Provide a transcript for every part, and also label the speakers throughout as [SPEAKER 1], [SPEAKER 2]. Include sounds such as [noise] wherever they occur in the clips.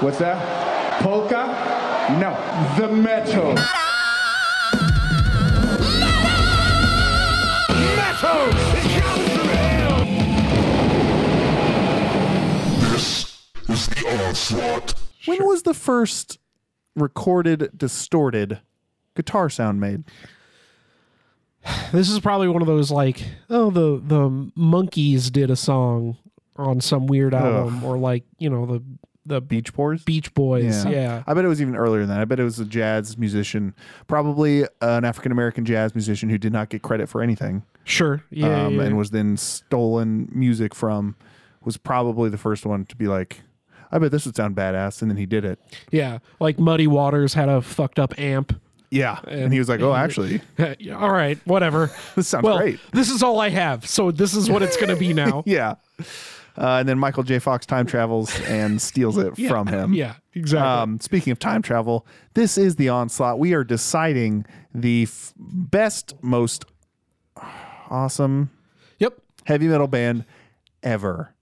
[SPEAKER 1] What's that? Polka? No. The metal.
[SPEAKER 2] This is the onslaught.
[SPEAKER 3] When was the first recorded, distorted guitar sound made?
[SPEAKER 4] This is probably one of those like, oh, the the monkeys did a song on some weird album, or like you know the the
[SPEAKER 3] Beach Boys?
[SPEAKER 4] Beach Boys. Yeah,
[SPEAKER 3] I bet it was even earlier than that. I bet it was a jazz musician, probably an African American jazz musician who did not get credit for anything
[SPEAKER 4] sure. Yeah,
[SPEAKER 3] um,
[SPEAKER 4] yeah.
[SPEAKER 3] and was then stolen music from, was probably the first one to be like, I bet this would sound badass. And then he did it.
[SPEAKER 4] yeah. Like Muddy Waters had a fucked up amp. [laughs]
[SPEAKER 3] Yeah. And, he was like, oh, actually, [laughs]
[SPEAKER 4] Yeah, all right, whatever.
[SPEAKER 3] This sounds
[SPEAKER 4] well, [laughs]
[SPEAKER 3] great.
[SPEAKER 4] This is all I have, so this is what it's going to
[SPEAKER 3] [laughs]
[SPEAKER 4] be now.
[SPEAKER 3] yeah. Uh, and then Michael J. Fox time travels and steals it from him.
[SPEAKER 4] Yeah, exactly.
[SPEAKER 3] Um, speaking of time travel, this is the onslaught. We are deciding the f- best, most awesome
[SPEAKER 4] yep.
[SPEAKER 3] heavy metal band ever.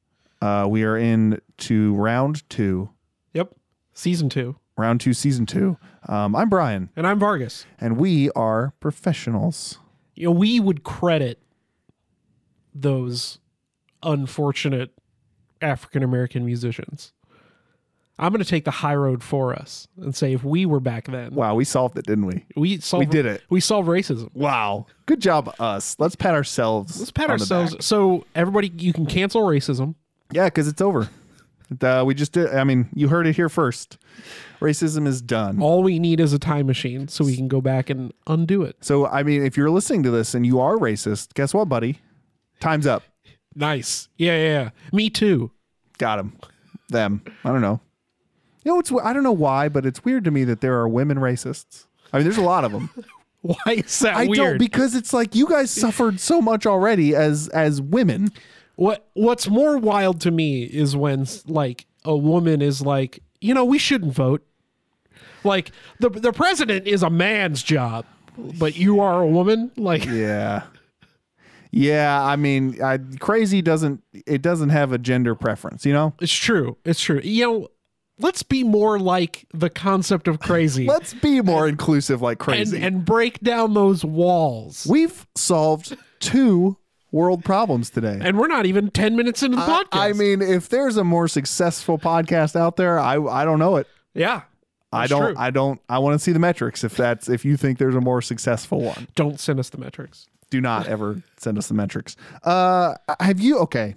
[SPEAKER 3] Uh, we are in to round two,
[SPEAKER 4] Yep. Season two,
[SPEAKER 3] round two, season two. Um, I'm Brian,
[SPEAKER 4] and I'm Vargas.
[SPEAKER 3] and we are professionals.
[SPEAKER 4] you know, we would credit those unfortunate African American musicians. I'm going to take the high road for us and say if we were back then,
[SPEAKER 3] Wow, we solved it, didn't we?
[SPEAKER 4] we solved,
[SPEAKER 3] did it.
[SPEAKER 4] We solved racism.
[SPEAKER 3] Wow, good job, us. Let's pat ourselves.
[SPEAKER 4] Let's pat
[SPEAKER 3] on the
[SPEAKER 4] ourselves.
[SPEAKER 3] back.
[SPEAKER 4] So everybody, you can cancel racism.
[SPEAKER 3] Yeah, because it's over. Uh, we just did. I mean, you heard it here first. Racism is done.
[SPEAKER 4] All we need is a time machine so we can go back and undo it.
[SPEAKER 3] So, I mean, if you're listening to this and you are racist, guess what, buddy? Time's up.
[SPEAKER 4] Nice. Yeah, yeah. yeah. Me too. [laughs]
[SPEAKER 3] Got him. Them. I don't know. You know, it's I don't know why, but it's weird to me that there are women racists. I mean, there's a lot of
[SPEAKER 4] [laughs]
[SPEAKER 3] them.
[SPEAKER 4] Why is that
[SPEAKER 3] I
[SPEAKER 4] weird?
[SPEAKER 3] don't because it's like you guys suffered so much already as as women.
[SPEAKER 4] What What's more wild to me is when like a woman is like, you know, we shouldn't vote. Like the the president is a man's job, but you are a woman. Like
[SPEAKER 3] Yeah. Yeah, I mean, I, crazy doesn't it doesn't have a gender preference, you know?
[SPEAKER 4] it's true. It's true. You know, let's be more like the concept of crazy,
[SPEAKER 3] Let's be more inclusive like
[SPEAKER 4] and
[SPEAKER 3] crazy.
[SPEAKER 4] and break down those walls.
[SPEAKER 3] We've solved two world problems today.
[SPEAKER 4] and we're not even ten minutes into the
[SPEAKER 3] I-
[SPEAKER 4] podcast.
[SPEAKER 3] I mean, if there's a more successful podcast out there, I I don't know it.
[SPEAKER 4] yeah.
[SPEAKER 3] I
[SPEAKER 4] That's
[SPEAKER 3] don't
[SPEAKER 4] true.
[SPEAKER 3] I don't I want to see the metrics if that's if you think there's a more successful one.
[SPEAKER 4] Don't send us the metrics.
[SPEAKER 3] Do not ever send us the metrics. Uh have you okay.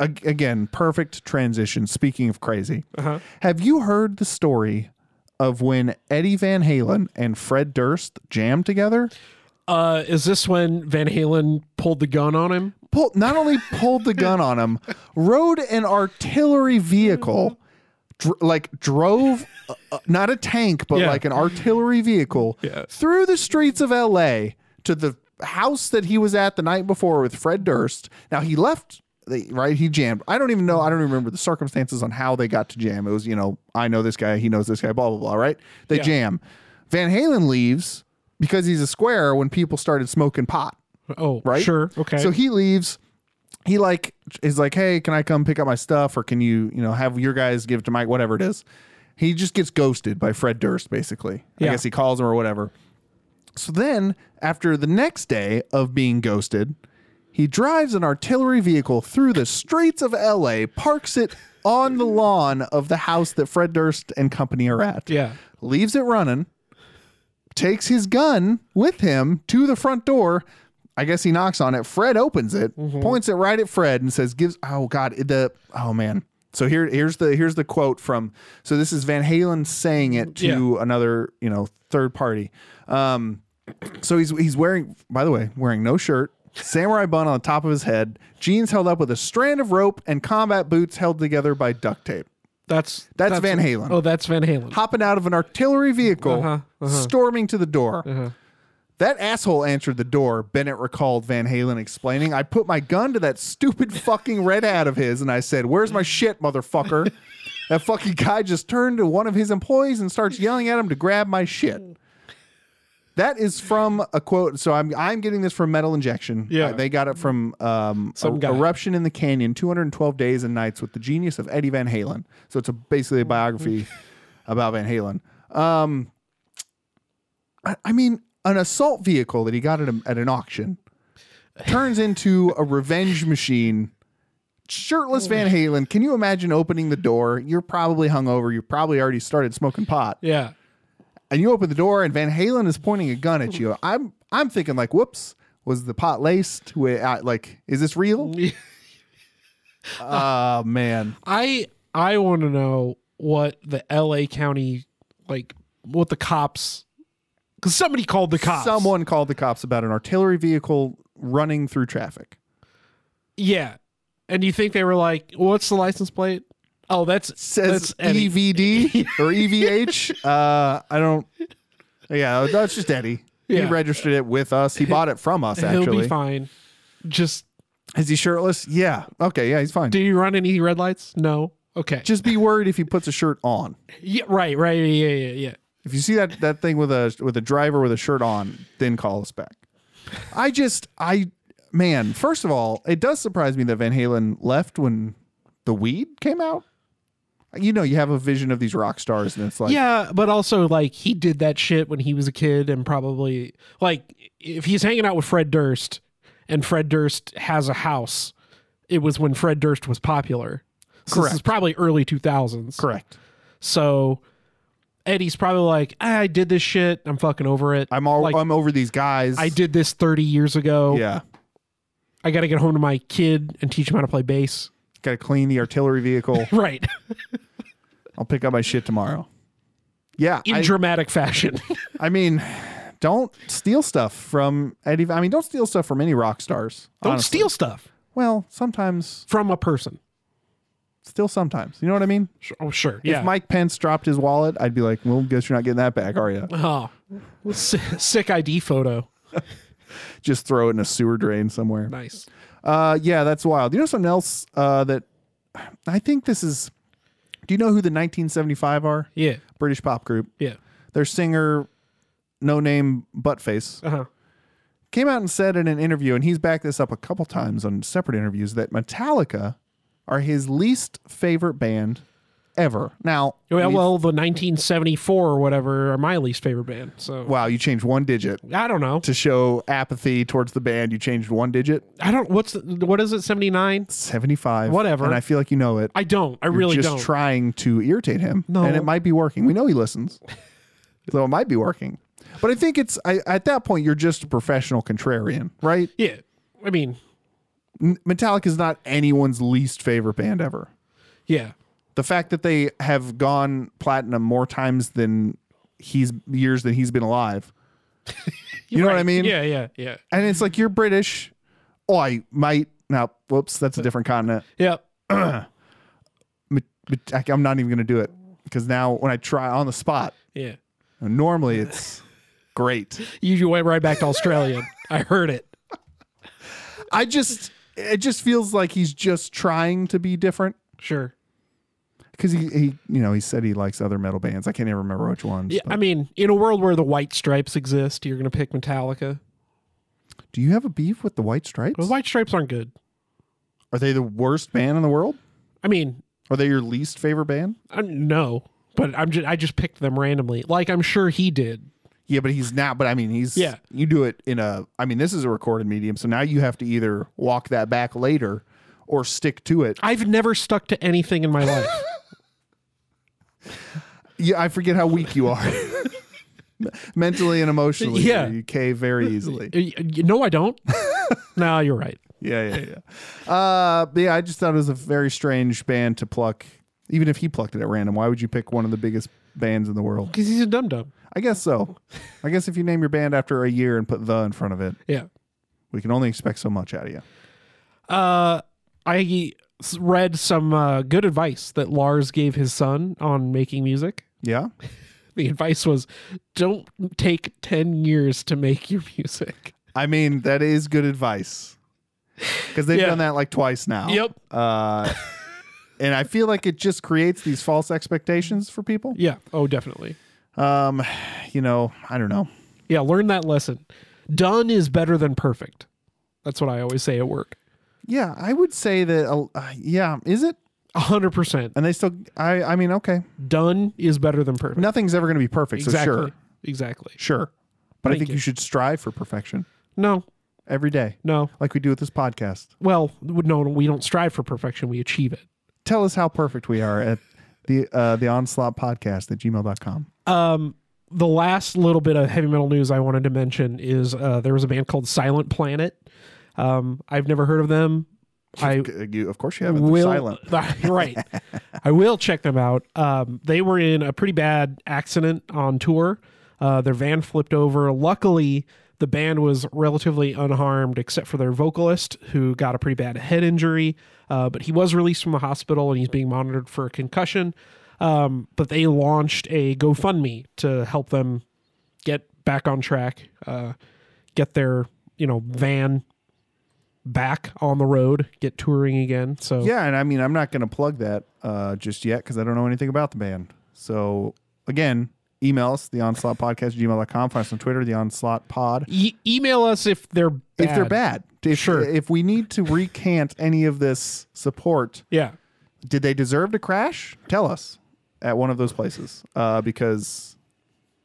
[SPEAKER 3] Ag- again, perfect transition speaking of crazy.
[SPEAKER 4] Uh-huh.
[SPEAKER 3] Have you heard the story of when Eddie Van Halen and Fred Durst jammed together?
[SPEAKER 4] Uh, is this when Van Halen pulled the gun on him?
[SPEAKER 3] pulled not only pulled the gun on him, rode an artillery vehicle, dr- like drove uh, uh, not a tank but
[SPEAKER 4] Yeah.
[SPEAKER 3] like an artillery vehicle
[SPEAKER 4] Yeah.
[SPEAKER 3] through the streets of L.A. to the house that he was at the night before with Fred Durst. Now he left. the- Right, he jammed. I don't even know. I don't remember the circumstances on how they got to jam. It was, you know, I know this guy, he knows this guy, blah blah blah. Right? They
[SPEAKER 4] Yeah.
[SPEAKER 3] jam. Van Halen leaves because he's a square when people started smoking pot
[SPEAKER 4] Oh,
[SPEAKER 3] right?
[SPEAKER 4] Sure. Okay.
[SPEAKER 3] So he leaves. He like is like, hey, can I come pick up my stuff, or can you, you know, have your guys give it to Mike, whatever it is. He just gets ghosted by Fred Durst, basically. I
[SPEAKER 4] Yeah.
[SPEAKER 3] guess he calls him or whatever. So then, after the next day of being ghosted, he drives an artillery vehicle through the streets of LA, parks it on the lawn of the house that Fred Durst and company are at
[SPEAKER 4] yeah.
[SPEAKER 3] leaves it running, takes his gun with him to the front door. I guess he knocks on it. Fred opens it, points it right at Fred, and says, "Gives oh god it- the oh man." So here here's the here's the quote from so this is Van Halen saying it to another you know third party. Um, so he's he's wearing by the way wearing no shirt, samurai bun on the top of his head, jeans held up with a strand of rope, and combat boots held together by duct tape.
[SPEAKER 4] That's
[SPEAKER 3] That's Van Halen.
[SPEAKER 4] Oh, that's Van Halen.
[SPEAKER 3] hopping out of an artillery vehicle,
[SPEAKER 4] Uh-huh,
[SPEAKER 3] storming to the door. That asshole answered the door, Bennett recalled Van Halen explaining. I put my gun to that stupid fucking red hat of his and I said, Where's my shit,
[SPEAKER 4] [laughs]
[SPEAKER 3] motherfucker? that fucking guy just turned to one of his employees and starts yelling at him to grab my shit. That is from a quote. So I'm I'm getting this from Metal Injection.
[SPEAKER 4] Yeah.
[SPEAKER 3] Uh, they got it from um,
[SPEAKER 4] Some
[SPEAKER 3] Er-
[SPEAKER 4] guy.
[SPEAKER 3] Eruption in the Canyon: 212 Days and Nights with the Genius of Eddie Van Halen. So it's a basically a biography about Van Halen. Um, I, I mean, an assault vehicle that he got at, a, at an auction turns into a revenge machine. Shirtless Van Halen. Can you imagine opening the door? You're probably hungover. You probably already started smoking pot
[SPEAKER 4] Yeah.
[SPEAKER 3] and you open the door and Van Halen is pointing a gun at you. I'm I'm thinking like, whoops, was the pot laced? Wait, I, like, is this
[SPEAKER 4] [laughs]
[SPEAKER 3] real? Oh man,
[SPEAKER 4] I I want to know what the L.A. County like what the cops because somebody called the cops.
[SPEAKER 3] someone called the cops about an artillery vehicle running through traffic.
[SPEAKER 4] Yeah. And you think they were like, what's the license plate? Oh, that's
[SPEAKER 3] Says E
[SPEAKER 4] that's Eddie. [laughs]
[SPEAKER 3] EVD or EVH. Uh, I don't. Yeah, that's just Eddie. He
[SPEAKER 4] Yeah.
[SPEAKER 3] registered it with us. He bought it from us.
[SPEAKER 4] He'll
[SPEAKER 3] Actually,
[SPEAKER 4] be fine. Just
[SPEAKER 3] is he shirtless? Yeah. Okay. Yeah, he's fine.
[SPEAKER 4] did he run any red lights? No. Okay.
[SPEAKER 3] Just be worried if he puts a shirt on.
[SPEAKER 4] yeah, right. Right. Yeah. Yeah. Yeah.
[SPEAKER 3] If you see that that thing with a with a driver with a shirt on, then call us back. I just I man, first of all, it does surprise me that Van Halen left when the weed came out. You know, you have a vision of these rock stars, and it's like,
[SPEAKER 4] yeah, but also like he did that shit when he was a kid, and probably like if he's hanging out with Fred Durst, and Fred Durst has a house, it was when Fred Durst was popular. So This is
[SPEAKER 3] Correct.
[SPEAKER 4] probably early two thousands.
[SPEAKER 3] correct.
[SPEAKER 4] So Eddie's probably like, "Ah, I did this shit. I'm fucking over it.
[SPEAKER 3] I'm all
[SPEAKER 4] Like,
[SPEAKER 3] I'm over these guys.
[SPEAKER 4] I did this 30 years ago.
[SPEAKER 3] Yeah,
[SPEAKER 4] I got to get home to my kid and teach him how to play bass.
[SPEAKER 3] got to clean the artillery
[SPEAKER 4] [laughs]
[SPEAKER 3] vehicle.
[SPEAKER 4] Right.
[SPEAKER 3] I'll pick up my shit tomorrow. Yeah,
[SPEAKER 4] In
[SPEAKER 3] I-
[SPEAKER 4] dramatic fashion. [laughs]
[SPEAKER 3] I mean, don't steal stuff from Eddie. I mean, don't steal stuff from any rock stars.
[SPEAKER 4] Don't
[SPEAKER 3] honestly.
[SPEAKER 4] steal stuff
[SPEAKER 3] Well, sometimes,
[SPEAKER 4] from a person.
[SPEAKER 3] still sometimes. You know what I mean?
[SPEAKER 4] Sure. Oh, sure. Yeah.
[SPEAKER 3] If Mike Pence dropped his wallet, I'd be like, well, guess you're not getting that back, are
[SPEAKER 4] [laughs]
[SPEAKER 3] you?
[SPEAKER 4] oh, sick, sick ID photo.
[SPEAKER 3] Just throw it in a sewer drain somewhere.
[SPEAKER 4] Nice.
[SPEAKER 3] Uh, yeah, that's wild. You know something else uh, that I think this is. Do you know who the 1975 are?
[SPEAKER 4] Yeah.
[SPEAKER 3] British pop group.
[SPEAKER 4] Yeah.
[SPEAKER 3] Their singer, no name Buttface,
[SPEAKER 4] Uh huh.
[SPEAKER 3] came out and said in an interview, and he's backed this up a couple times on separate interviews, that Metallica are his least favorite band ever. Now,
[SPEAKER 4] Well,
[SPEAKER 3] we've-
[SPEAKER 4] well, the 1974 or whatever are my least favorite band. So
[SPEAKER 3] wow, you changed one digit.
[SPEAKER 4] I don't know.
[SPEAKER 3] to show apathy towards the band, you changed one digit,
[SPEAKER 4] I don't. What's the, what is it? 79?
[SPEAKER 3] 75.
[SPEAKER 4] Whatever.
[SPEAKER 3] And I feel like you know it.
[SPEAKER 4] I don't. I
[SPEAKER 3] You're
[SPEAKER 4] really
[SPEAKER 3] just
[SPEAKER 4] don't.
[SPEAKER 3] trying to irritate him.
[SPEAKER 4] No.
[SPEAKER 3] And it might be working. We know he
[SPEAKER 4] [laughs]
[SPEAKER 3] listens. so it might be working. But I think it's, I, at that point, you're just a professional contrarian, right?
[SPEAKER 4] yeah. I mean,
[SPEAKER 3] N- Metallica is not anyone's least favorite band ever.
[SPEAKER 4] yeah.
[SPEAKER 3] The fact that they have gone platinum more times than he's years than he's been alive. you know what I
[SPEAKER 4] Right.
[SPEAKER 3] mean?
[SPEAKER 4] Yeah. Yeah. Yeah.
[SPEAKER 3] And it's like, you're British. Oh, I might. Now, whoops, that's a different continent.
[SPEAKER 4] Yeah.
[SPEAKER 3] Met- met- I- I'm not even going to do it because now when I try on the spot,
[SPEAKER 4] Yeah.
[SPEAKER 3] normally it's great.
[SPEAKER 4] You went right back to Australia. I heard it.
[SPEAKER 3] I just, it just feels like he's just trying to be different
[SPEAKER 4] Sure.
[SPEAKER 3] because he, he, you know, he said he likes other metal bands. I can't even remember which ones.
[SPEAKER 4] Yeah,
[SPEAKER 3] but-
[SPEAKER 4] I mean, in a world where the white stripes exist, you're gonna pick Metallica.
[SPEAKER 3] Do you have a beef with the White Stripes?
[SPEAKER 4] The white stripes aren't good.
[SPEAKER 3] Are they the worst band in the world?
[SPEAKER 4] I mean,
[SPEAKER 3] Are they your least favorite band?
[SPEAKER 4] i Uh, no, but I'm just I just picked them randomly. Like I'm sure he did.
[SPEAKER 3] Yeah, but he's not. But I mean, he's.
[SPEAKER 4] Yeah.
[SPEAKER 3] You do it in a. I mean, this is a recorded medium, so now you have to either walk that back later, or stick to it.
[SPEAKER 4] I've never stuck to anything in my life.
[SPEAKER 3] Yeah, I forget how weak you are. [laughs] Mentally and emotionally.
[SPEAKER 4] Yeah.
[SPEAKER 3] You cave very easily.
[SPEAKER 4] Y- y- no, I don't. no, you're right.
[SPEAKER 3] Yeah, yeah, yeah. Uh but yeah, I just thought it was a very strange band to pluck. Even if he plucked it at random, why would you pick one of the biggest bands in the world?
[SPEAKER 4] Because he's a dum dum.
[SPEAKER 3] I guess so. I guess if you name your band after a year and put the in front of it,
[SPEAKER 4] Yeah.
[SPEAKER 3] we can only expect so much out of you.
[SPEAKER 4] Uh, I s- read some uh, good advice that Lars gave his son on making music.
[SPEAKER 3] Yeah?
[SPEAKER 4] The advice was, don't take ten years to make your music.
[SPEAKER 3] I mean, that is good advice. Because they've
[SPEAKER 4] Yeah.
[SPEAKER 3] done that like twice now.
[SPEAKER 4] Yep.
[SPEAKER 3] Uh and I feel like it just creates these false expectations for people.
[SPEAKER 4] Yeah. Oh, definitely.
[SPEAKER 3] Um, you know, I don't know.
[SPEAKER 4] Yeah, learn that lesson. Done is better than perfect. That's what I always say at work.
[SPEAKER 3] Yeah, I would say that. Uh, uh, yeah, is it?
[SPEAKER 4] 100%.
[SPEAKER 3] And they still. I. I mean, okay.
[SPEAKER 4] Done is better than perfect.
[SPEAKER 3] Nothing's ever going to be perfect.
[SPEAKER 4] exactly.
[SPEAKER 3] So sure,
[SPEAKER 4] Exactly.
[SPEAKER 3] sure. But I
[SPEAKER 4] Thank
[SPEAKER 3] think
[SPEAKER 4] you.
[SPEAKER 3] you. should strive for perfection
[SPEAKER 4] No,
[SPEAKER 3] every day,
[SPEAKER 4] no.
[SPEAKER 3] like we do with this podcast.
[SPEAKER 4] Well, no, we don't strive for perfection. We achieve it.
[SPEAKER 3] Tell us how perfect we are at the uh, the onslaught podcast at gmail.com.
[SPEAKER 4] the last little bit of heavy metal news I wanted to mention is uh, there was a band called Silent Planet. Um, I've never heard of them. I
[SPEAKER 3] uh, You, of course, you haven't. They're
[SPEAKER 4] will
[SPEAKER 3] silent.
[SPEAKER 4] [laughs] right. I will check them out. Um, they were in a pretty bad accident on tour. Uh, their van flipped over. Luckily, the band was relatively unharmed, except for their vocalist, who got a pretty bad head injury. Uh, but he was released from the hospital and he's being monitored for a concussion. Um, but they launched a GoFundMe to help them get back on track, uh, get their you know van back on the road, get touring again. So
[SPEAKER 3] Yeah, and I mean, I'm not going to plug that uh, just yet because I don't know anything about the band. So again, email us the onslaught podcast gmail.com. Find us on Twitter, the onslaught pod.
[SPEAKER 4] E- email us if they're bad.
[SPEAKER 3] If they're bad, if,
[SPEAKER 4] Sure.
[SPEAKER 3] If we need to recant any of this support,
[SPEAKER 4] Yeah.
[SPEAKER 3] did they deserve to crash? Tell us at one of those places uh, because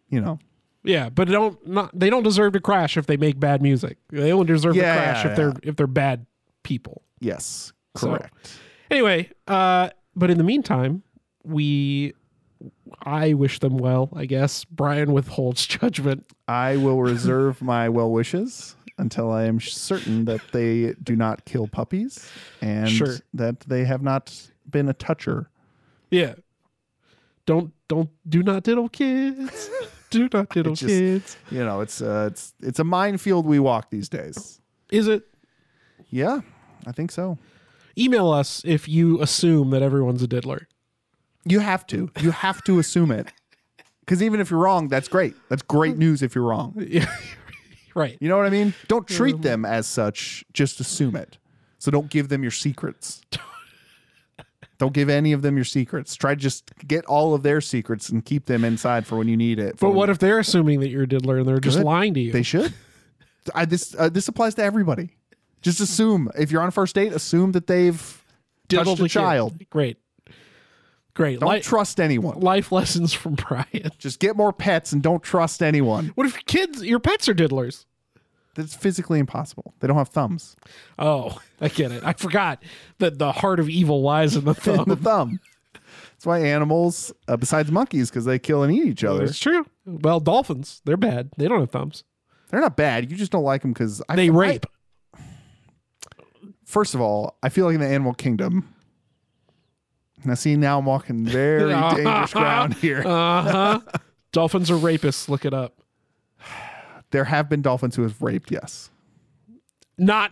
[SPEAKER 3] you know.
[SPEAKER 4] Yeah, but don't not they don't deserve to crash if they make bad music. They only deserve
[SPEAKER 3] Yeah,
[SPEAKER 4] to crash
[SPEAKER 3] yeah.
[SPEAKER 4] if they're if they're bad people.
[SPEAKER 3] Yes,
[SPEAKER 4] So-
[SPEAKER 3] correct.
[SPEAKER 4] Anyway, uh but in the meantime, we I wish them well, I guess. Brian withholds [laughs] judgment.
[SPEAKER 3] I
[SPEAKER 4] [laughs]
[SPEAKER 3] will reserve my well wishes until I am certain that they do not kill puppies and
[SPEAKER 4] Sure.
[SPEAKER 3] that they have not been a toucher.
[SPEAKER 4] Yeah. Don't don't do not
[SPEAKER 3] [laughs]
[SPEAKER 4] diddle kids. do not diddle
[SPEAKER 3] just-
[SPEAKER 4] kids.
[SPEAKER 3] You know, it's uh, it's it's a minefield we walk these days.
[SPEAKER 4] Is it
[SPEAKER 3] Yeah, I think so.
[SPEAKER 4] email us if you assume that everyone's a diddler.
[SPEAKER 3] You have to. You have to assume it. Because even if you're wrong, that's great. That's
[SPEAKER 4] [laughs]
[SPEAKER 3] great news if you're wrong.
[SPEAKER 4] Right.
[SPEAKER 3] You know what I mean? Don't treat them as such. Just assume it. So don't give them your secrets.
[SPEAKER 4] [laughs]
[SPEAKER 3] Don't give any of them your secrets. Try to just get all of their secrets and keep them inside for when you need it. for
[SPEAKER 4] But
[SPEAKER 3] when-
[SPEAKER 4] what if they're assuming that you're a diddler and they're just
[SPEAKER 3] Good.
[SPEAKER 4] lying to you?
[SPEAKER 3] They should. I, this uh, this applies to everybody. Just assume if you're on a first date, assume that they've
[SPEAKER 4] diddled
[SPEAKER 3] touched a
[SPEAKER 4] kid.
[SPEAKER 3] child.
[SPEAKER 4] Great. Great.
[SPEAKER 3] Don't
[SPEAKER 4] Li-
[SPEAKER 3] trust anyone.
[SPEAKER 4] life lessons from [laughs] Brian.
[SPEAKER 3] Just get more pets and don't trust anyone.
[SPEAKER 4] What if your kids, your pets are diddlers?
[SPEAKER 3] That's physically impossible. They don't have thumbs.
[SPEAKER 4] Oh, I get it. I forgot that the heart of evil
[SPEAKER 3] [laughs]
[SPEAKER 4] lies in the
[SPEAKER 3] And the
[SPEAKER 4] thumb.
[SPEAKER 3] thumb. That's why animals, uh, besides monkeys, because they kill and eat each other,
[SPEAKER 4] It's true. Well, dolphins, they're bad. They don't have thumbs.
[SPEAKER 3] they're not bad. You just don't like them because
[SPEAKER 4] They rape.
[SPEAKER 3] first of all, I feel like in the animal kingdom. Now, see, now I'm walking very
[SPEAKER 4] [laughs]
[SPEAKER 3] dangerous ground here.
[SPEAKER 4] Uh. dolphins are rapists. Look it up.
[SPEAKER 3] There have been dolphins who have raped, yes.
[SPEAKER 4] Not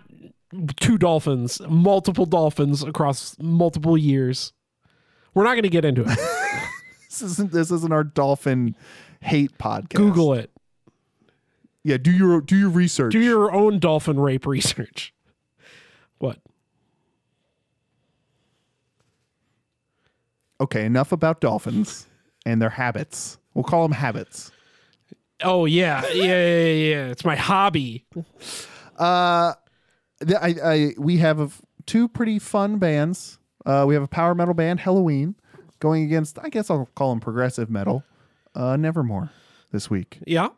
[SPEAKER 4] two dolphins, multiple dolphins across multiple years. We're not going to get into
[SPEAKER 3] [laughs]
[SPEAKER 4] it.
[SPEAKER 3] This isn't this isn't our dolphin hate podcast.
[SPEAKER 4] Google it.
[SPEAKER 3] Yeah, do your do your research.
[SPEAKER 4] Do your own dolphin rape research. What?
[SPEAKER 3] okay, enough about dolphins and their habits. We'll call them habits.
[SPEAKER 4] Oh yeah, yeah, yeah, yeah, yeah. It's my hobby.
[SPEAKER 3] The- I, I we have a f- two pretty fun bands. Uh, we have a power metal band, Halloween, going against I guess I'll call them progressive metal, uh, Nevermore this week.
[SPEAKER 4] Yeah.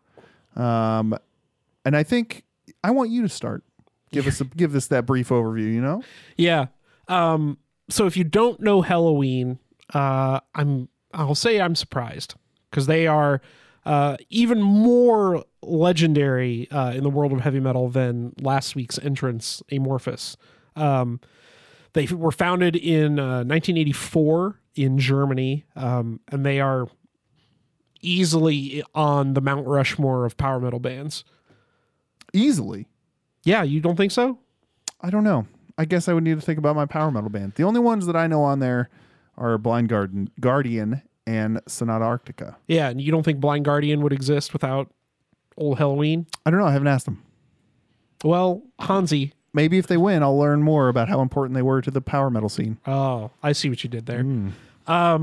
[SPEAKER 3] Um, and I think I want you to start. Give us a, give us that brief overview. You know,
[SPEAKER 4] Yeah. Um, so if you don't know Halloween, uh, I'm I'll say I'm surprised because they are uh, even more legendary uh, in the world of heavy metal than last week's entrance, Amorphous. Um, they were founded in uh, 1984 in Germany, um, and they are easily on the Mount Rushmore of power metal bands.
[SPEAKER 3] easily.
[SPEAKER 4] Yeah, you don't think so?
[SPEAKER 3] I don't know. I guess I would need to think about my power metal band. The only ones that I know on there are Blind Garden, Guardian, and Sonata Arctica.
[SPEAKER 4] Yeah, and you don't think Blind Guardian would exist without old Halloween?
[SPEAKER 3] I don't know. I haven't asked them.
[SPEAKER 4] Well, Hansi.
[SPEAKER 3] Maybe if they win, I'll learn more about how important they were to the power metal scene.
[SPEAKER 4] Oh, I see what you did there.
[SPEAKER 3] Hmm.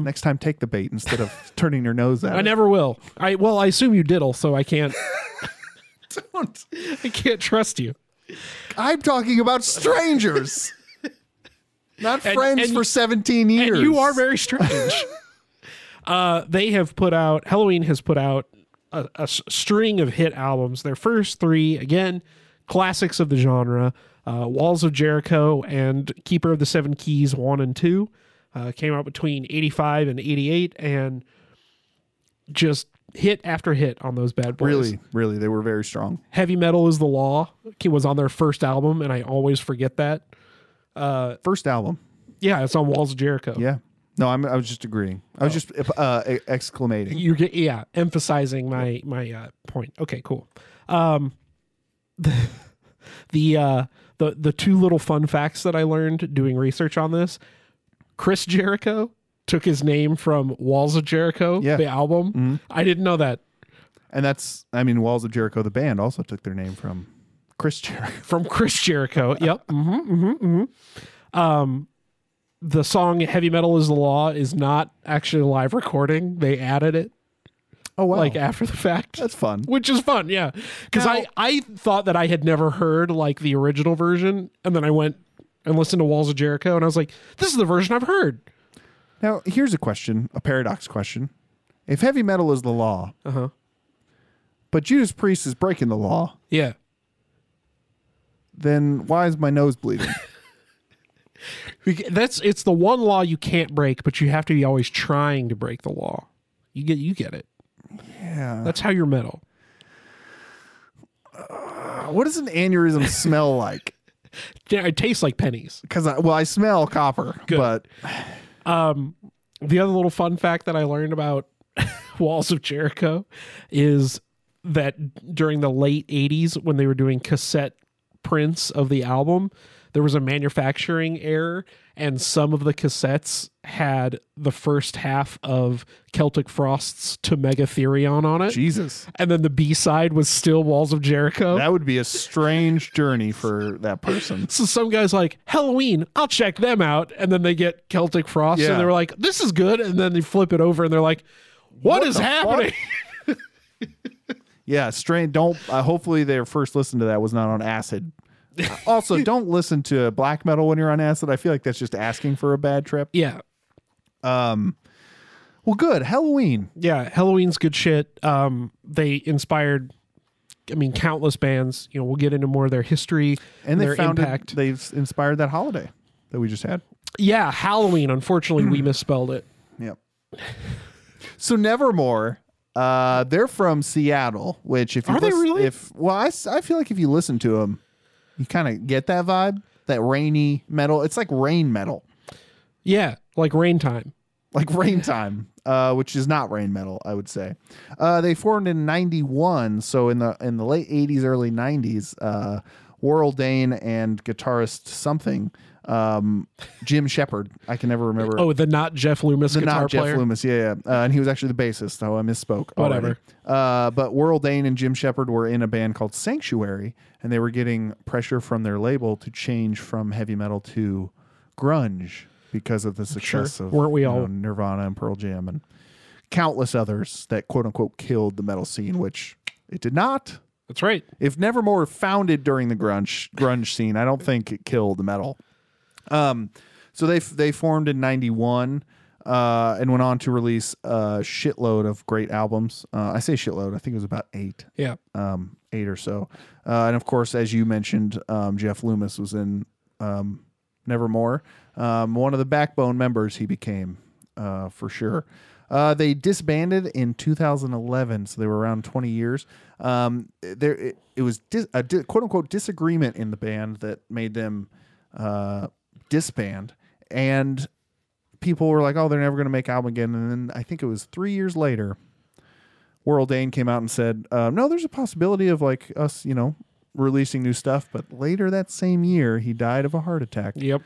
[SPEAKER 3] Next time,
[SPEAKER 4] [laughs]
[SPEAKER 3] take the bait instead of turning your nose at
[SPEAKER 4] I
[SPEAKER 3] it.
[SPEAKER 4] never will. I well, I assume you diddle, so I can't. [laughs]
[SPEAKER 3] don't.
[SPEAKER 4] I can't trust you.
[SPEAKER 3] I'm talking about strangers, not
[SPEAKER 4] [laughs] And-
[SPEAKER 3] friends
[SPEAKER 4] and-
[SPEAKER 3] for 17 years.
[SPEAKER 4] And you are very strange. [laughs] uh, they have put out, Halloween has put out a, a s- string of hit albums. Their first three, again, classics of the genre uh, Walls of Jericho and Keeper of the Seven Keys 1 and 2, uh, came out between 85 and 88, and just hit after hit on those bad boys.
[SPEAKER 3] really, really. They were very strong.
[SPEAKER 4] Heavy Metal is the Law was on their first album, and I always forget that.
[SPEAKER 3] First album.
[SPEAKER 4] Yeah, it's on Walls of Jericho.
[SPEAKER 3] Yeah. No, I'm, I was just agreeing. I was just uh, e- exclamating.
[SPEAKER 4] Oh. you get yeah emphasizing my my uh, point okay cool um [laughs] the the uh the the two little fun facts that i learned doing research on this chris jericho took his name from walls of jericho
[SPEAKER 3] Yeah. Mm-hmm.
[SPEAKER 4] the album i didn't know that
[SPEAKER 3] And that's, I mean, Walls of Jericho, the band, also took their name from Chris Jericho.
[SPEAKER 4] from Chris Jericho. Yep. hmm hmm hmm Um, the song "Heavy Metal Is the Law" is not actually a live recording. They added it
[SPEAKER 3] [laughs] Oh, wow.
[SPEAKER 4] like after the fact.
[SPEAKER 3] that's fun.
[SPEAKER 4] which is fun, yeah. Because
[SPEAKER 3] Now-
[SPEAKER 4] I I thought that I had never heard like the original version, and then I went and listened to Walls of Jericho, and I was like, this is the version I've heard.
[SPEAKER 3] Now, here's a question, a paradox question. If heavy metal is the law,
[SPEAKER 4] Uh-huh.
[SPEAKER 3] but Judas Priest is breaking the law,
[SPEAKER 4] Yeah,
[SPEAKER 3] then why is my nose bleeding?
[SPEAKER 4] Bec- that's it's the one law you can't break, but you have to be always trying to break the law. You get you get it.
[SPEAKER 3] yeah.
[SPEAKER 4] That's how you're metal.
[SPEAKER 3] What does an aneurysm smell like?
[SPEAKER 4] Yeah, It tastes like pennies.
[SPEAKER 3] Because, I, well, I smell copper, but
[SPEAKER 4] the other little fun fact that I learned about [laughs] Walls of Jericho is that during the late 80s, when they were doing cassette prints of the album, there was a manufacturing error, and some of the cassettes had the first half of Celtic Frost's To Megatherion on it.
[SPEAKER 3] Jesus.
[SPEAKER 4] And then the B side was still Walls of Jericho.
[SPEAKER 3] That would be a strange journey for that person.
[SPEAKER 4] so some guy's like, Halloween, I'll check them out. And then they get Celtic Frost
[SPEAKER 3] Yeah.
[SPEAKER 4] and they're like, this is good. And then they flip it over and they're like, what is
[SPEAKER 3] the
[SPEAKER 4] happening? [laughs]
[SPEAKER 3] Yeah, strain. Don't. Uh, hopefully, their first listen to that was not on
[SPEAKER 4] [laughs]
[SPEAKER 3] acid. also, don't listen to black metal when you're on acid. I feel like that's just asking for a bad trip.
[SPEAKER 4] Yeah.
[SPEAKER 3] Well, good. Halloween.
[SPEAKER 4] Yeah. Halloween's good shit. Um, they inspired, I mean, countless bands. You know, we'll get into more of their history
[SPEAKER 3] And they
[SPEAKER 4] their
[SPEAKER 3] founded.
[SPEAKER 4] impact.
[SPEAKER 3] They've inspired that holiday that we just had.
[SPEAKER 4] yeah. Halloween, unfortunately,
[SPEAKER 3] [clears throat]
[SPEAKER 4] we misspelled it.
[SPEAKER 3] Yep. so Nevermore, uh, they're from Seattle. Which, if you
[SPEAKER 4] Are they
[SPEAKER 3] lis-
[SPEAKER 4] really?
[SPEAKER 3] If well, I, s- I feel like if you listen to them, you kind of get that vibe. That rainy metal. It's like rain metal. [laughs]
[SPEAKER 4] Yeah. Like rain time.
[SPEAKER 3] like Rain Time, uh, which is not rain metal, I would say. Uh, they formed in '91, so in the in the late '80s, early '90s, uh, Worrell Dane and guitarist something, um, Jim Shepard. I can never remember.
[SPEAKER 4] Oh, the not Jeff Loomis
[SPEAKER 3] The
[SPEAKER 4] guitar
[SPEAKER 3] not Jeff
[SPEAKER 4] player.
[SPEAKER 3] Loomis, yeah, yeah. Uh, and he was actually the bassist, so I misspoke.
[SPEAKER 4] Whatever.
[SPEAKER 3] already. Uh, but Worrell Dane and Jim Shepard were in a band called Sanctuary, and they were getting pressure from their label to change from heavy metal to grunge because of the success of
[SPEAKER 4] Weren't we
[SPEAKER 3] you
[SPEAKER 4] all-
[SPEAKER 3] know, Nirvana and Pearl Jam and countless others that quote unquote killed the metal scene, which it did not.
[SPEAKER 4] That's right.
[SPEAKER 3] If Nevermore founded during the grunge grunge scene, I don't think it killed the metal. Um, so they they formed in '91 uh, and went on to release a shitload of great albums. Uh, I say shitload. I think it was about eight,
[SPEAKER 4] Yeah.
[SPEAKER 3] um, eight or so. Uh, and of course, as you mentioned, um, Jeff Loomis was in um, Nevermore. Um, one of the backbone members he became uh, for sure. Uh, they disbanded in 2011, so they were around 20 years. Um, there, it, it was dis- a di- quote unquote disagreement in the band that made them uh, disband, and people were like, "Oh, they're never going to make an album again." And then I think it was three years later, World Dane came out and said, uh, "No, there's a possibility of like us, you know, releasing new stuff." But later that same year, he died of a heart attack.
[SPEAKER 4] Yep.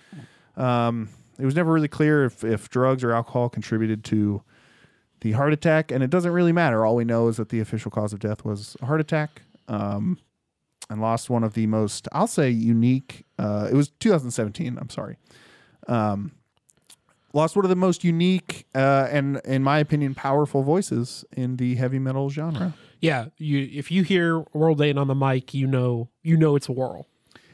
[SPEAKER 3] Um, it was never really clear if, if drugs or alcohol contributed to the heart attack, and it doesn't really matter. All we know is that the official cause of death was a heart attack. Um, and lost one of the most, I'll say, unique. Uh, it was 2017. I'm sorry. Um, lost one of the most unique uh, and, in my opinion, powerful voices in the heavy metal genre.
[SPEAKER 4] yeah, you if you hear World Aid on the mic, you know you know it's Whirl.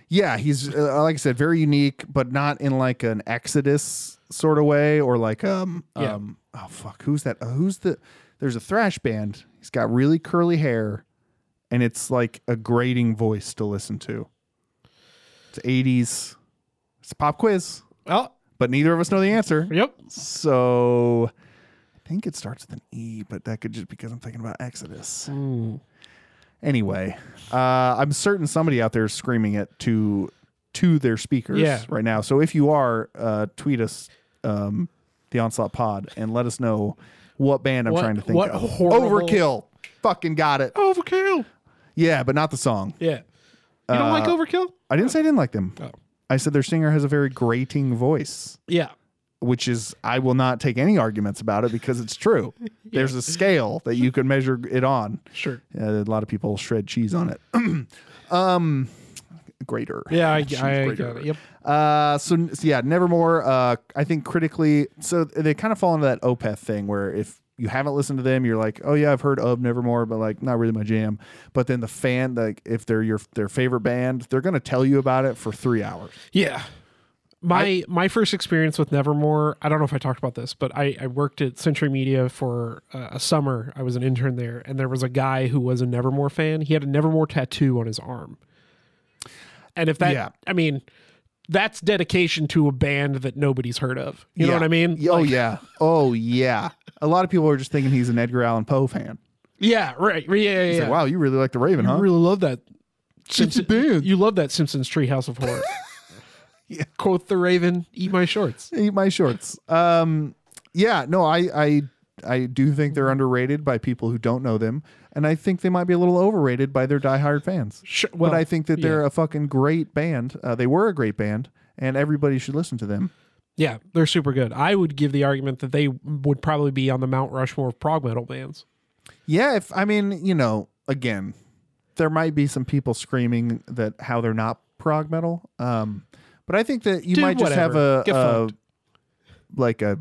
[SPEAKER 3] yeah he's uh, like i said very unique but not in like an exodus sort of way or like um
[SPEAKER 4] Yeah.
[SPEAKER 3] um oh fuck who's that Uh, who's the there's a thrash band he's got really curly hair and it's like a grating voice to listen to it's 80s it's a pop quiz
[SPEAKER 4] Well,
[SPEAKER 3] but neither of us know the answer
[SPEAKER 4] yep.
[SPEAKER 3] so I think it starts with an E, but that could just be because I'm thinking about Exodus.
[SPEAKER 4] Hmm.
[SPEAKER 3] Anyway, uh, I'm certain somebody out there is screaming it to to their speakers
[SPEAKER 4] Yeah.
[SPEAKER 3] right now. So if you are, uh, tweet us um, the Onslaught Pod and let us know what band I'm
[SPEAKER 4] What-
[SPEAKER 3] trying to think
[SPEAKER 4] what
[SPEAKER 3] of.
[SPEAKER 4] horrible-
[SPEAKER 3] Overkill. Fucking got it.
[SPEAKER 4] Overkill.
[SPEAKER 3] Yeah, but not the song.
[SPEAKER 4] Yeah. Uh, You don't like Overkill?
[SPEAKER 3] I didn't say I didn't like them.
[SPEAKER 4] Oh.
[SPEAKER 3] I said their singer has a very grating voice.
[SPEAKER 4] Yeah.
[SPEAKER 3] which is I will not take any arguments about it because it's true. There's a scale that you can measure it on.
[SPEAKER 4] Sure.
[SPEAKER 3] Uh, a lot of people shred cheese on it. [clears throat] um, greater.
[SPEAKER 4] Yeah, I, I
[SPEAKER 3] Cheese
[SPEAKER 4] got it. Yep.
[SPEAKER 3] Uh, so, so yeah, Nevermore. Uh, I think critically, so they kind of fall into that Opeth thing where if you haven't listened to them, you're like, oh yeah, I've heard of Nevermore, but like not really my jam. But then the fan, like if they're your their favorite band, they're gonna tell you about it for three hours.
[SPEAKER 4] Yeah. My my first experience with Nevermore, I don't know if I talked about this, but I, I worked at Century Media for uh, a summer. I was an intern there, and there was a guy who was a Nevermore fan. He had a Nevermore tattoo on his arm. And if that,
[SPEAKER 3] Yeah.
[SPEAKER 4] I mean, that's dedication to a band that nobody's heard of. You know
[SPEAKER 3] Yeah.
[SPEAKER 4] what I mean?
[SPEAKER 3] Oh
[SPEAKER 4] Like-
[SPEAKER 3] yeah. Oh yeah. A lot of people are just thinking he's an Edgar Allan Poe fan.
[SPEAKER 4] Yeah, right. Yeah, yeah, yeah.
[SPEAKER 3] It's like, wow, you really like the Raven, huh?
[SPEAKER 4] I really love that.
[SPEAKER 3] a band.
[SPEAKER 4] You love that Simpsons Treehouse
[SPEAKER 3] [laughs]
[SPEAKER 4] of Horror. Quoth the Raven, eat my shorts.
[SPEAKER 3] Eat my shorts. Um, yeah, no, I, I, I do think they're underrated by people who don't know them, and I think they might be a little overrated by their diehard fans.
[SPEAKER 4] Sure,
[SPEAKER 3] but I think that
[SPEAKER 4] yeah.
[SPEAKER 3] they're a fucking great band. Uh, they were a great band, and everybody should listen to them.
[SPEAKER 4] Yeah, they're super good. I would give the argument that they would probably be on the Mount Rushmore of prog metal bands.
[SPEAKER 3] Yeah, if I mean, you know, again, there might be some people screaming that how they're not prog metal. Um, but I think that you
[SPEAKER 4] Dude,
[SPEAKER 3] might just have
[SPEAKER 4] whatever.
[SPEAKER 3] a,
[SPEAKER 4] Get
[SPEAKER 3] a
[SPEAKER 4] fucked.
[SPEAKER 3] like a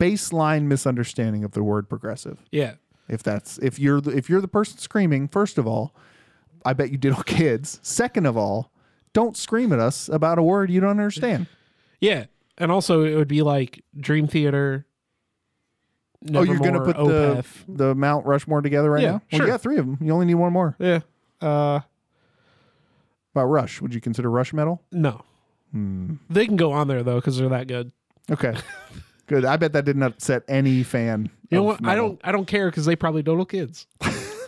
[SPEAKER 3] baseline misunderstanding of the word progressive.
[SPEAKER 4] Yeah.
[SPEAKER 3] If that's if you're the, if you're the person screaming, first of all, I bet you did on kids. Second of all, don't scream at us about a word you don't
[SPEAKER 4] [laughs]
[SPEAKER 3] understand.
[SPEAKER 4] Yeah. And also it would be like Dream Theater.
[SPEAKER 3] oh, you're going to put
[SPEAKER 4] Opeth.
[SPEAKER 3] the the Mount Rushmore together right
[SPEAKER 4] Yeah,
[SPEAKER 3] now?
[SPEAKER 4] sure.
[SPEAKER 3] Well, you got three of them. You only need one more.
[SPEAKER 4] Yeah. Uh
[SPEAKER 3] About Rush, would you consider Rush metal?
[SPEAKER 4] no.
[SPEAKER 3] Hmm.
[SPEAKER 4] They can go on there though cuz they're that good.
[SPEAKER 3] Okay. Good. I bet that didn't upset any fan.
[SPEAKER 4] You know
[SPEAKER 3] of
[SPEAKER 4] what? I
[SPEAKER 3] metal.
[SPEAKER 4] don't I don't care cuz they probably don't know kids.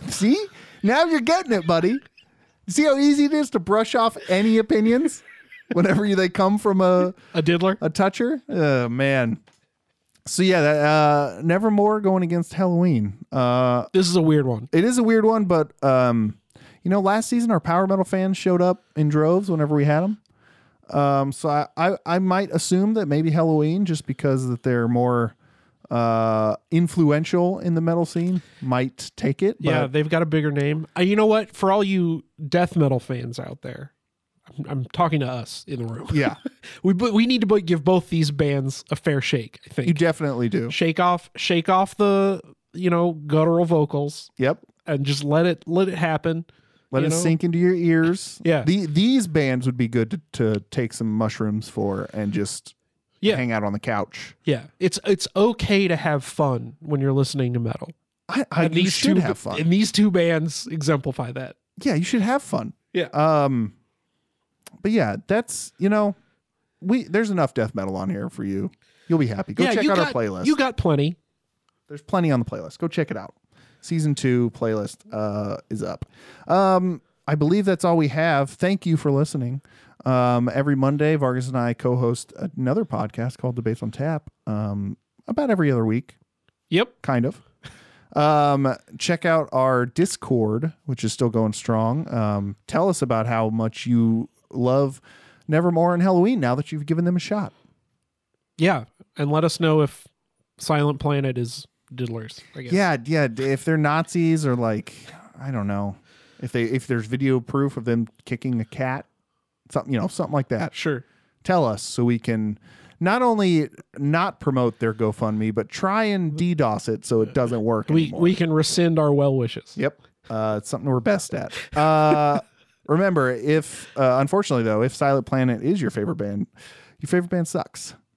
[SPEAKER 3] see. Now you're getting it, buddy. See how easy it is to brush off any opinions whenever you- they come from a
[SPEAKER 4] A diddler?
[SPEAKER 3] a toucher. Oh man. So yeah, that, uh, Nevermore going against Halloween. Uh,
[SPEAKER 4] This is a weird one.
[SPEAKER 3] it is a weird one, but um, you know, last season our power metal fans showed up in droves whenever we had them. Um, so I, I, I might assume that maybe Halloween, just because that they're more uh, influential in the metal scene, might take it. But
[SPEAKER 4] Yeah, [laughs] they've got a bigger name. Uh, you know what? For all you death metal fans out there, I'm, I'm talking to us in the room.
[SPEAKER 3] yeah,
[SPEAKER 4] [laughs] We but we need to bo- give both these bands a fair shake. I think
[SPEAKER 3] you definitely do.
[SPEAKER 4] shake off shake off the you know guttural vocals
[SPEAKER 3] Yep.
[SPEAKER 4] and just let it let it happen.
[SPEAKER 3] Let
[SPEAKER 4] you
[SPEAKER 3] it
[SPEAKER 4] know?
[SPEAKER 3] sink into your ears.
[SPEAKER 4] Yeah.
[SPEAKER 3] The, these bands would be good to, to take some mushrooms for and just
[SPEAKER 4] Yeah.
[SPEAKER 3] hang out on the couch.
[SPEAKER 4] Yeah, it's it's okay to have fun when you're listening to metal.
[SPEAKER 3] I, I Uh, you should
[SPEAKER 4] two
[SPEAKER 3] have fun.
[SPEAKER 4] and these two bands exemplify that.
[SPEAKER 3] yeah, you should have fun.
[SPEAKER 4] Yeah.
[SPEAKER 3] Um, but yeah, that's you know, we there's enough death metal on here for you. You'll be happy. Go
[SPEAKER 4] yeah,
[SPEAKER 3] check
[SPEAKER 4] you
[SPEAKER 3] out
[SPEAKER 4] got,
[SPEAKER 3] our playlist.
[SPEAKER 4] You got plenty.
[SPEAKER 3] there's plenty on the playlist. Go check it out. Season two playlist uh, is up. Um, I believe that's all we have. Thank you for listening. Um, every Monday, Vargas and I co-host another podcast called Debates on Tap. Um, about every other week
[SPEAKER 4] Yep.
[SPEAKER 3] kind of. Um, check out our Discord, which is still going strong. Um, tell us about how much you love Nevermore and Halloween now that you've given them a shot.
[SPEAKER 4] Yeah, and let us know if Silent Planet is diddlers. I guess.
[SPEAKER 3] Yeah, yeah. d- If they're Nazis or like, I don't know, if they if there's video proof of them kicking a cat, something you know, something like that.
[SPEAKER 4] Sure.
[SPEAKER 3] Tell us so we can not only not promote their GoFundMe, but try and DDoS it so it doesn't work
[SPEAKER 4] We
[SPEAKER 3] anymore.
[SPEAKER 4] we can rescind our well wishes.
[SPEAKER 3] Yep. Uh, it's something we're best at. Uh, remember, if uh, unfortunately though, if Silent Planet is your favorite band, your favorite band sucks.